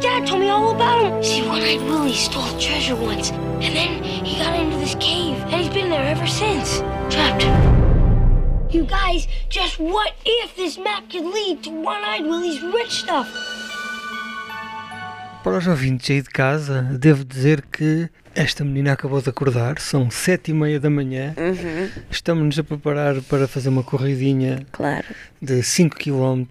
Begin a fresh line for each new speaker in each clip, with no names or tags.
dad told me all about him. See, One-Eyed Willie stole the treasure once, and then he got into this cave, and he's been there ever since, trapped. You guys, just what if this map could lead to One-Eyed Willie's rich stuff?
Para os ouvintes aí de casa, devo dizer que esta menina acabou de acordar, são sete e meia da manhã, estamos-nos a preparar para fazer uma corridinha
Claro.
de 5 km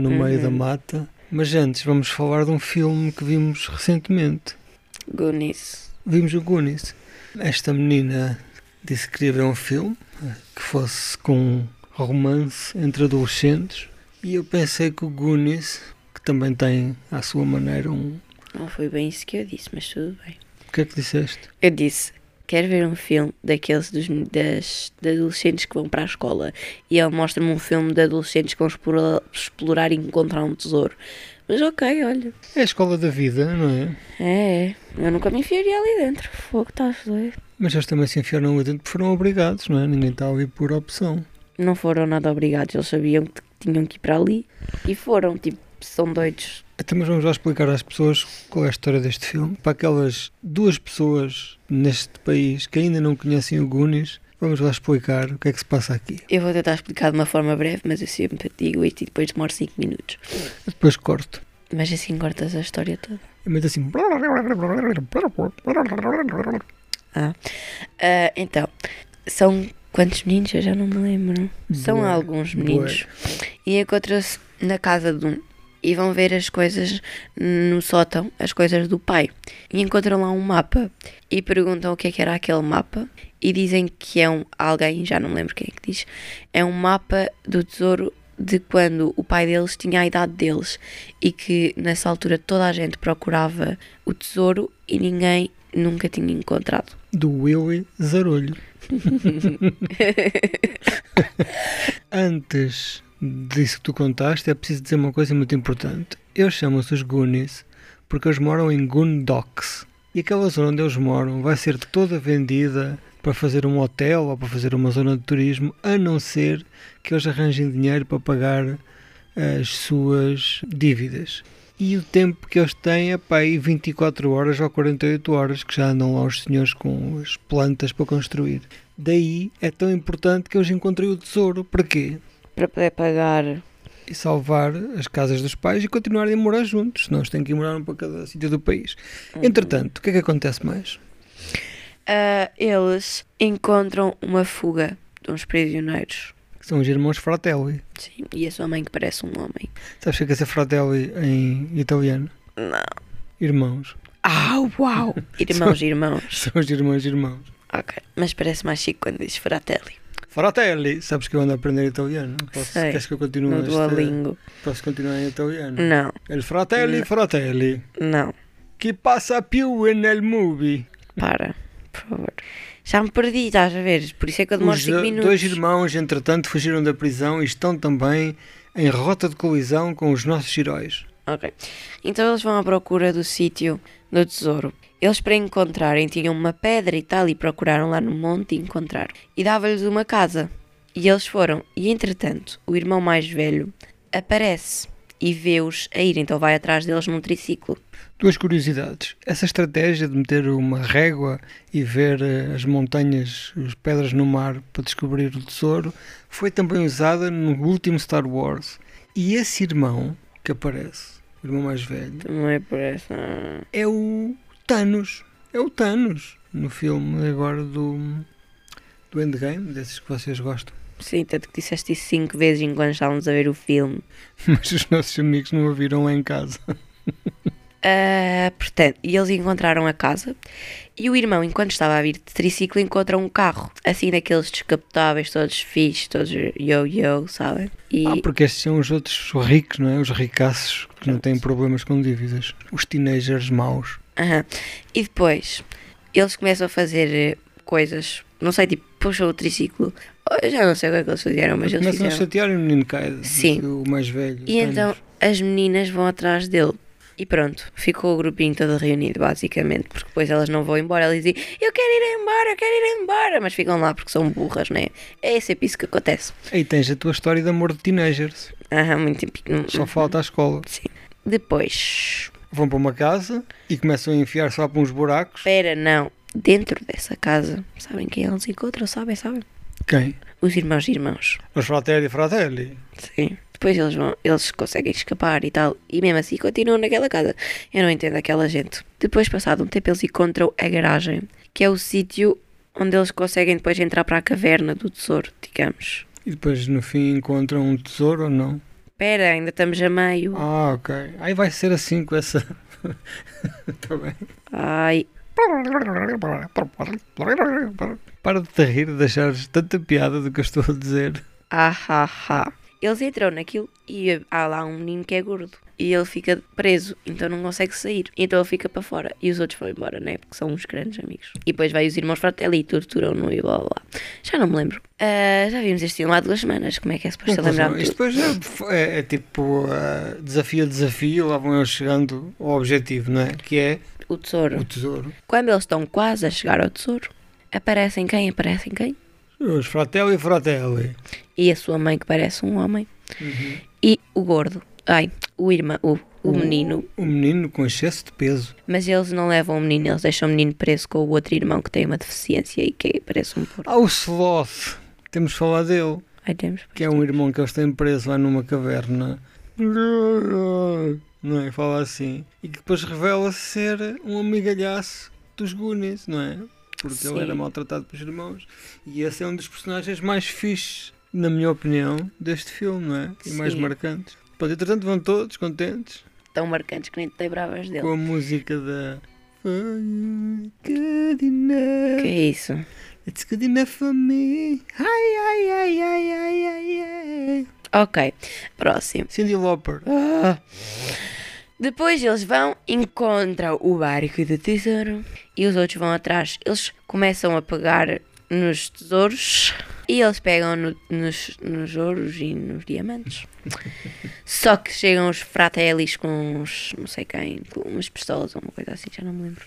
no meio da mata. Mas antes vamos falar de um filme que vimos recentemente.
Goonies.
Vimos o Goonies. Esta menina disse que queria ver um filme que fosse com um romance entre adolescentes. E eu pensei que o Goonies, que também tem à sua maneira um.
Não foi bem isso que eu disse, mas tudo bem.
O que é que disseste?
Eu disse, quero ver um filme daqueles dos das, de adolescentes que vão para a escola. E ele mostra-me um filme de adolescentes que vão explora- explorar e encontrar um tesouro. Mas ok, olha.
É a escola da vida, não é?
É, é. eu nunca me enfiaria ali dentro. Fogo, estás doido.
Mas eles também se enfiaram ali dentro porque foram obrigados, não é? Ninguém está ali por opção.
Não foram nada obrigados, eles sabiam que tinham que ir para ali. E foram, tipo, são doidos.
Até Então, mas vamos lá explicar às pessoas qual é a história deste filme. Para aquelas duas pessoas neste país que ainda não conhecem o Goonies, vamos lá explicar o que é que se passa aqui.
Eu vou tentar explicar de uma forma breve, mas eu sempre digo isto e depois demoro 5 minutos.
Eu depois corto.
Mas assim cortas a história toda.
É muito assim.
Ah. Ah, então, são quantos meninos? Eu já não me lembro. São
Bué,
alguns meninos. E encontram-se na casa de um. E vão ver as coisas no sótão, as coisas do pai. E encontram lá um mapa. E perguntam o que é que era aquele mapa. E dizem que é um. Alguém, já não me lembro quem é que diz. É um mapa do tesouro de quando o pai deles tinha a idade deles. E que nessa altura toda a gente procurava o tesouro e ninguém nunca tinha encontrado.
Do Willy Zarolho. Antes disso que tu contaste, é preciso dizer uma coisa muito importante. Eles chamam-se os Goonies porque eles moram em Goondocks. E aquela zona onde eles moram vai ser toda vendida para fazer um hotel ou para fazer uma zona de turismo, a não ser que eles arranjem dinheiro para pagar as suas dívidas. E o tempo que eles têm é para aí 24 horas ou 48 horas, que já andam lá os senhores com as plantas para construir. Daí é tão importante que eles encontrem o tesouro. Para quê?
Para poder pagar.
E salvar as casas dos pais e continuarem a morar juntos, senão eles têm que ir morar um para cada sítio do país.
Uhum.
Entretanto, o que é que acontece mais?
Ah, eles encontram uma fuga de uns prisioneiros.
São os irmãos Fratelli.
Sim, e a sua mãe que parece um homem.
Sabes o que é que é ser Fratelli em italiano?
Não.
Irmãos.
Ah, uau! Irmãos, irmãos.
São os irmãos irmãos.
Ok, mas parece mais chique quando diz Fratelli.
Fratelli, sabes que eu ando a aprender italiano? Posso,
Sei.
queres que eu continue
No
este-
Duolingo.
Posso continuar em italiano?
Não,
Il fratelli, fratelli,
não.
chi passa più nel movie?
Para, por favor. Já me perdi, estás a ver? Por isso é que eu demoro
Os
5
do-
minutos.
dois irmãos, entretanto, fugiram da prisão e estão também em rota de colisão com os nossos heróis.
Ok. Então eles vão à procura do sítio do tesouro. Eles para encontrarem tinham uma pedra e tal e procuraram lá no monte e encontraram. E dava-lhes uma casa. E eles foram. E entretanto, o irmão mais velho aparece e vê-os a ir. Então vai atrás deles num triciclo.
Duas curiosidades. Essa estratégia de meter uma régua e ver eh, as montanhas, as pedras no mar para descobrir o tesouro, foi também usada no último Star Wars. E esse irmão que aparece, o irmão mais velho,
Não é por essa.
é o Thanos. É o Thanos no filme agora do, do Endgame, desses que vocês gostam.
Sim, tanto que disseste isso cinco vezes enquanto estávamos a ver o filme.
Mas os nossos amigos não a viram lá em casa.
Ah, portanto, e eles encontraram a casa e o irmão, enquanto estava a vir de triciclo, encontra um carro, assim daqueles descapotáveis, todos fixos, todos yo-yo, sabem? E
Ah, porque estes são os outros ricos, não é? Os ricaços que não têm problemas com dívidas. Os teenagers maus.
Aham. E depois eles começam a fazer eh, coisas, não sei, tipo, puxam o triciclo. Eu já não sei o que é que eles fizeram, mas eles
Começam a
fizeram.
chatear e o menino cai.
Sim.
O mais velho.
E
Thanos.
então as meninas vão atrás dele. E pronto, ficou o grupinho todo reunido, basicamente, porque depois elas não vão embora. Elas dizem, eu quero ir embora, eu quero ir embora, mas ficam lá porque são burras, né? É sempre isso que acontece.
Aí tens a tua história de amor de teenagers.
Uhum. Aham, muito típico.
Só falta a escola.
Sim. hum, Depois,
Vão para uma casa e começam a enfiar só para uns buracos.
Espera, não. Dentro dessa casa, sabem quem eles encontram? Sabem, sabem?
Quem?
Os irmãos de irmãos.
Os fratelli fratelli.
Sim. Depois eles vão, eles conseguem escapar e tal, e mesmo assim continuam naquela casa. Eu não entendo aquela gente. Depois, passado um tempo, eles encontram a garagem, que é o sítio onde eles conseguem depois entrar para a caverna do tesouro, digamos.
E depois no fim encontram um tesouro ou não?
Espera, ainda estamos a meio.
Ah, ok. Aí vai ser assim com essa. Está bem.
Ai,
Para de te rir de achares tanta piada do que eu estou a dizer.
ah, ah, ah. Eles entram naquilo e há lá um menino que é gordo. E ele fica preso, então não consegue sair. Então ele fica para fora. E os outros vão embora, né? Porque são uns grandes amigos. E depois vai os irmãos Fratelli e torturam-no e blá blá blá. Já não me lembro. Ah, já vimos este filme há duas semanas. Como é que é suposto lembrar
Isto depois é, é- é tipo ah, desafio a desafio, lá vão eles chegando ao objetivo, não é? Que é
o tesouro?
o tesouro.
Quando eles estão quase a chegar ao tesouro, aparecem quem? Aparecem quem?
Os fratelli e fratelli.
E a sua mãe, que parece um homem. E o gordo. Ai, o irmão, o, o menino
Uhum. O menino com excesso de peso.
Mas eles não levam o menino, eles deixam o menino preso com o outro irmão que tem uma deficiência e que parece um porco.
Ah, o sloth. Temos de falar dele.
Ai, temos.
Que é um irmão que eles têm preso lá numa caverna. Não é? Fala assim. E que depois revela ser um amigalhaço dos Goonies, não é? Porque
Sim.
ele era maltratado pelos irmãos. E esse é um dos personagens mais fixes, na minha opinião, deste filme, não é? E mais
Sim.
marcantes. Pronto, entretanto vão todos contentes
Tão marcantes que nem te lembravas dele.
com a música da... Foi good enough.
Que é isso?
It's good enough for me. Ai, ai, ai, ai, ai, ai, ai.
Ok, próximo.
Cindy Lauper.
Ah. Depois eles vão, encontram o barco do tesouro e os outros vão atrás. Eles começam a pegar nos tesouros e eles pegam no- nos, nos ouros e nos diamantes. Só que chegam os fratellis com uns, não sei quem, com umas pistolas ou uma coisa assim, já não me lembro.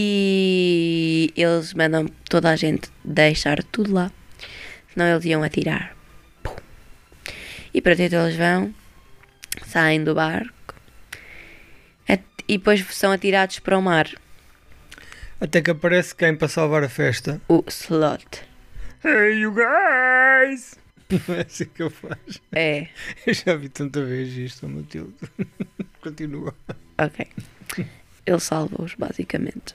E eles mandam toda a gente deixar tudo lá, senão eles iam atirar. Pum. E pronto, então eles vão, saem do barco at- e depois são atirados para o mar.
Até que aparece quem para salvar a festa.
O slot.
Hey, you guys! Não é assim que eu faço.
É,
Eu já vi tanta vez isto, Matilde. Continua.
ok. Ele salva-os, basicamente.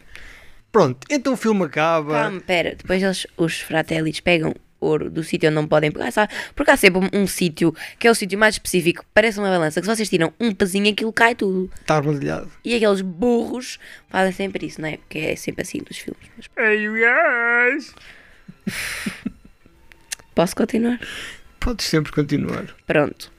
Pronto, então o filme acaba.
Calma, pera. Depois eles, os fratellis pegam ouro do sítio onde não podem pegar, sabe? Porque há sempre um, um sítio que é o sítio mais específico, parece uma balança, que se vocês tiram um pezinho aquilo cai tudo.
Está armadilhado.
E aqueles burros fazem sempre isso, não é? Porque é sempre assim dos filmes. Mas
Hey, you guys!
posso continuar?
Podes sempre continuar.
Pronto.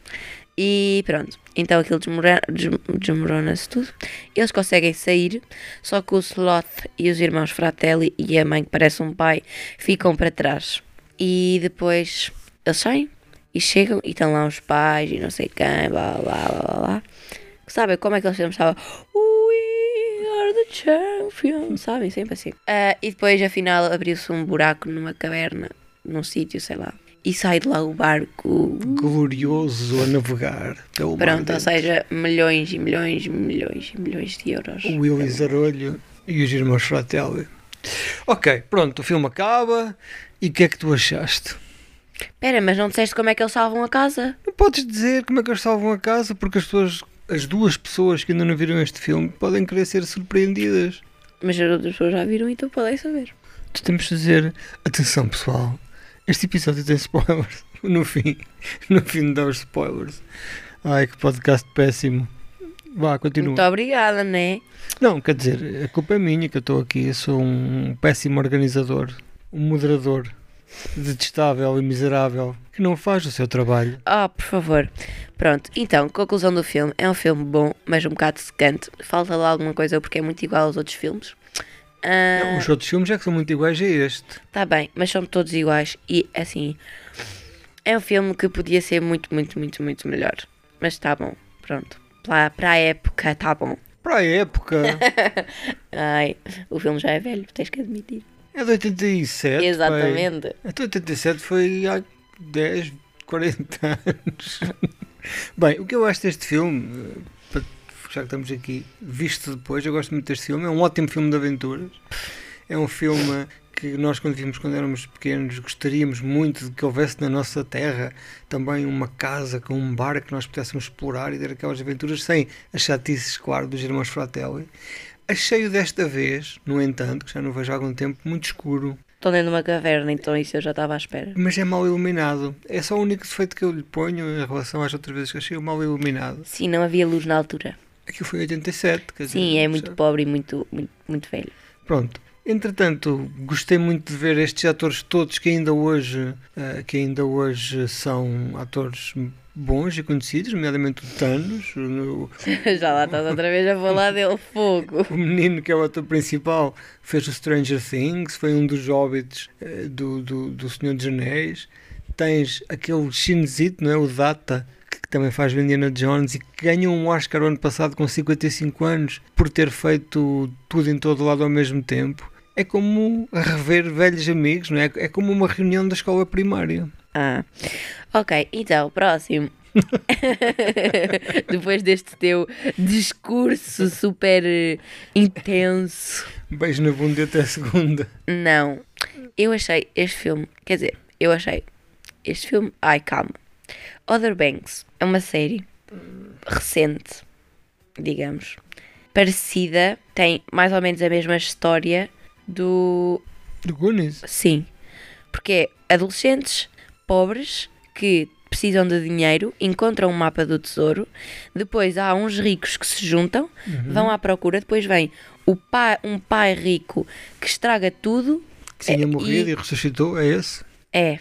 E pronto. Então aquilo desmora- des- desmorona-se tudo. Eles conseguem sair, só que o Sloth e os irmãos Fratelli e a mãe, que parece um pai, ficam para trás. E depois eles saem e chegam e estão lá os pais e não sei quem, blá blá blá blá. blá. Sabem como é que eles sempre estavam? We are the champions, sabem? Sempre assim. Ah, e depois, afinal, abriu-se um buraco numa caverna, num sítio, sei lá. E sai de lá o barco.
Glorioso a navegar. Pelo mar
Pronto, ou
dentro.
seja, milhões e milhões e milhões e milhões de euros.
O Willy Zarolho e os irmãos Fratelli. Ok, pronto, o filme acaba. E o que é que tu achaste?
Espera, mas não disseste como é que eles salvam a casa?
Não podes dizer como é que eles salvam a casa, porque as pessoas, as duas pessoas que ainda não viram este filme, podem querer ser surpreendidas.
Mas as outras pessoas já viram, então podem saber.
Tu temos de dizer, atenção pessoal, este episódio tem spoilers. No fim, no fim dá os spoilers. Ai, que podcast péssimo. Vá, continua.
Muito obrigada, né?
Não, quer dizer, a culpa é minha que eu estou aqui. Eu sou um péssimo organizador, um moderador, detestável e miserável, que não faz o seu trabalho.
Ah, por favor. Pronto, então, conclusão do filme. É um filme bom, mas um bocado secante. Falta lá alguma coisa porque é muito igual aos outros filmes. Ah,
Os outros filmes já que são muito iguais a este.
tá bem, mas são todos iguais e assim. É um filme que podia ser muito, muito, muito, muito melhor. Mas tá bom, pronto. Para para a época, tá bom.
Para a época,
Ai, o filme já é velho, tens que admitir.
é de 87. pai.
Exatamente.
Até 87 foi há 10, 40 anos. Bem, o que eu acho deste filme, eh, para já que estamos aqui, visto depois, eu gosto muito deste filme, é um ótimo filme de aventuras. É um filme que nós quando vimos quando éramos pequenos gostaríamos muito de que houvesse na nossa terra também uma casa com um bar que nós pudéssemos explorar e ter aquelas aventuras sem as chatices, claro, dos irmãos Fratelli. Achei-o desta vez, no entanto, que já não vejo há algum tempo, muito escuro.
Estão dentro de uma caverna, então isso eu já estava à espera.
Mas é mal iluminado. É só o único defeito que eu lhe ponho em relação às outras vezes que achei mal iluminado.
Sim, não havia luz na altura.
Aquilo foi em 87, quer dizer,
Sim, é muito
percebe?
pobre e muito, muito, muito velho.
Pronto. Entretanto, gostei muito de ver estes atores todos que ainda hoje, eh, que ainda hoje são atores bons e conhecidos, nomeadamente o Thanos, o,
já lá estás outra vez a falar dele, fogo.
o menino que é o ator principal, fez o Stranger Things, foi um dos hobbits eh, do, do, do Senhor dos Anéis. Tens aquele chinesito, não é? O Data, que, que também faz o Indiana Jones e que ganhou um Oscar o ano passado com 55 anos por ter feito tudo em todo lado ao mesmo tempo. É como rever velhos amigos, não é? É como uma reunião da escola primária.
Ah. Ok, então, próximo. Depois deste teu discurso super eh, intenso.
Beijo na bunda e até a segunda.
Não. Eu achei este filme, quer dizer, eu achei este filme, ai calma. Other Banks é uma série recente, digamos, parecida, tem mais ou menos a mesma história do
Do Goonies.
Sim. Porque é adolescentes pobres que precisam de dinheiro, encontram um mapa do tesouro, depois há uns ricos que se juntam,
Uhum.
vão à procura, depois vem o pai, um pai rico que estraga tudo.
Que tinha
eh,
morrido
e-
e ressuscitou, é esse?
É,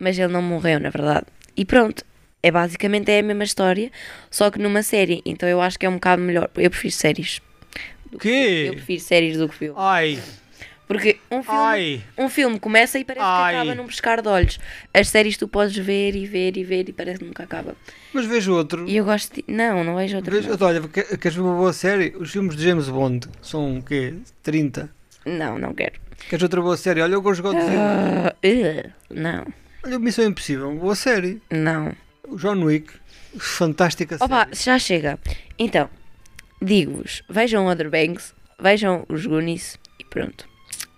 mas ele não morreu, na verdade. E pronto, é basicamente é a mesma história, só que numa série. Então eu acho que é um bocado melhor. Eu prefiro séries.
O
Eu
quê?
prefiro séries do que filmes.
Ai!
Porque um filme,
Ai.
um filme começa e parece
Ai.
que acaba num pescar de olhos. As séries tu podes ver e ver e ver e parece que nunca acaba.
Mas vejo outro.
E eu gosto de... Não, não vejo outra
Vejo, olha, que- queres ver uma boa série? Os filmes de James Bond são o quê? 30.
Não, não quero.
Queres outra boa série? Olha, eu gosto de Godzilla.
Ah, ugh, não,
Olha, Missão Impossível, uma boa série.
não.
O John Wick, fantástica
Opa,
série.
já chega. Então, digo-vos, vejam Other Banks, vejam os Goonies e pronto.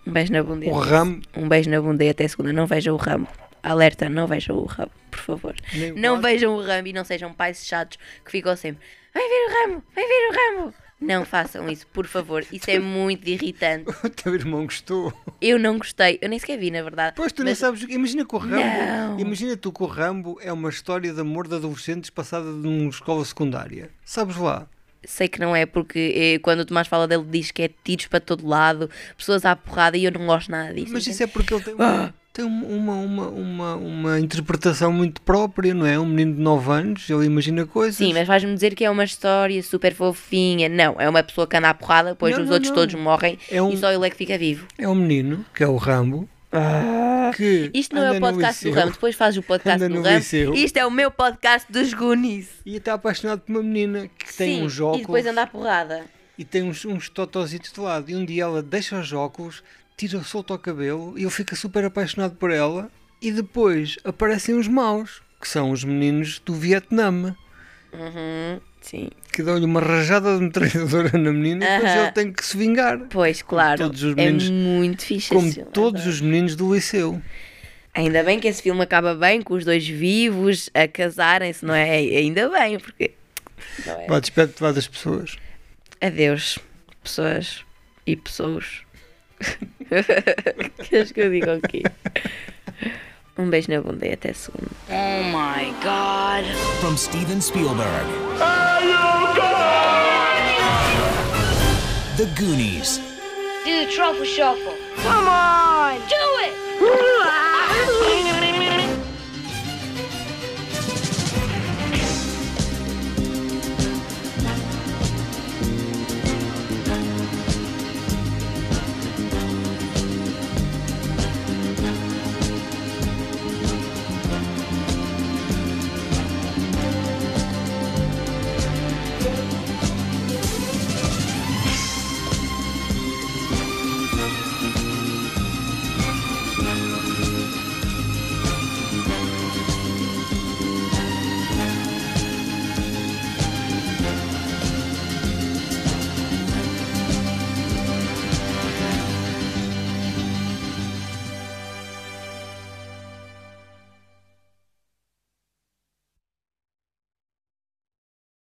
Um beijo na bunda. e
O
até-
Ram,
Um beijo na bunda e até segunda. Não vejam o ramo. Alerta, não vejam o ramo, por favor.
Nem o
Não
quatro.
vejam o ramo e não sejam pais chatos que ficam sempre. Vai ver o ramo, vai ver o ramo. Não façam isso, por favor. Isso é muito irritante.
o teu irmão gostou.
Eu não gostei. Eu nem sequer vi, na verdade.
Pois tu não
Mas-
sabes o que. Imagina que o Rambo.
Não.
Imagina tu que o Rambo é uma história de amor de adolescentes passada numa escola secundária. Sabes lá?
Sei que não é, porque eh, quando o Tomás fala dele, diz que é tiros para todo lado, pessoas à porrada e eu não gosto nada disso.
Mas
entende?
isso é porque ele tem,
Ah.
uma, tem um- uma, uma, uma, uma interpretação muito própria, não é? Um menino de 9 anos, ele imagina coisas.
Sim, mas vais-me dizer que é uma história super fofinha. Não, é uma pessoa que anda à porrada, depois
Não,
os
não,
outros
não.
todos morrem
É um-
e só ele é que fica vivo.
É um menino, que é o Rambo, que
Isto não é
anda
o
no
podcast do
liceu
Ramo, depois fazes o podcast
Anda
do
no
Ramo.
liceu.
Isto é o meu podcast dos Goonies.
E está apaixonado por uma menina que tem
Sim,
uns
E
óculos
depois anda à porrada.
e tem uns, uns totozitos de lado. E um dia ela deixa os óculos, tira solta o cabelo e ele fica super apaixonado por ela. E depois aparecem os maus, que são os meninos do Vietnã.
Uhum, sim.
Que dão-lhe uma rajada de metralhadora na menina e depois
Aham.
ele tem que se vingar.
Pois, claro.
todos os
é
meninos-
muito fixe
Como
esse filme,
todos
adoro.
os meninos do liceu.
Ainda bem que esse filme acaba bem, com os dois vivos a casarem-se, não é? Ainda bem, porque. Não é?
Vá, despede-te vá das pessoas.
Adeus, pessoas e pessoas. Queres que eu diga o quê? Um beijo na bunda e até segunda.
Oh my god.
From Steven Spielberg. The Goonies.
Do the truffle shuffle. Come on! Do it!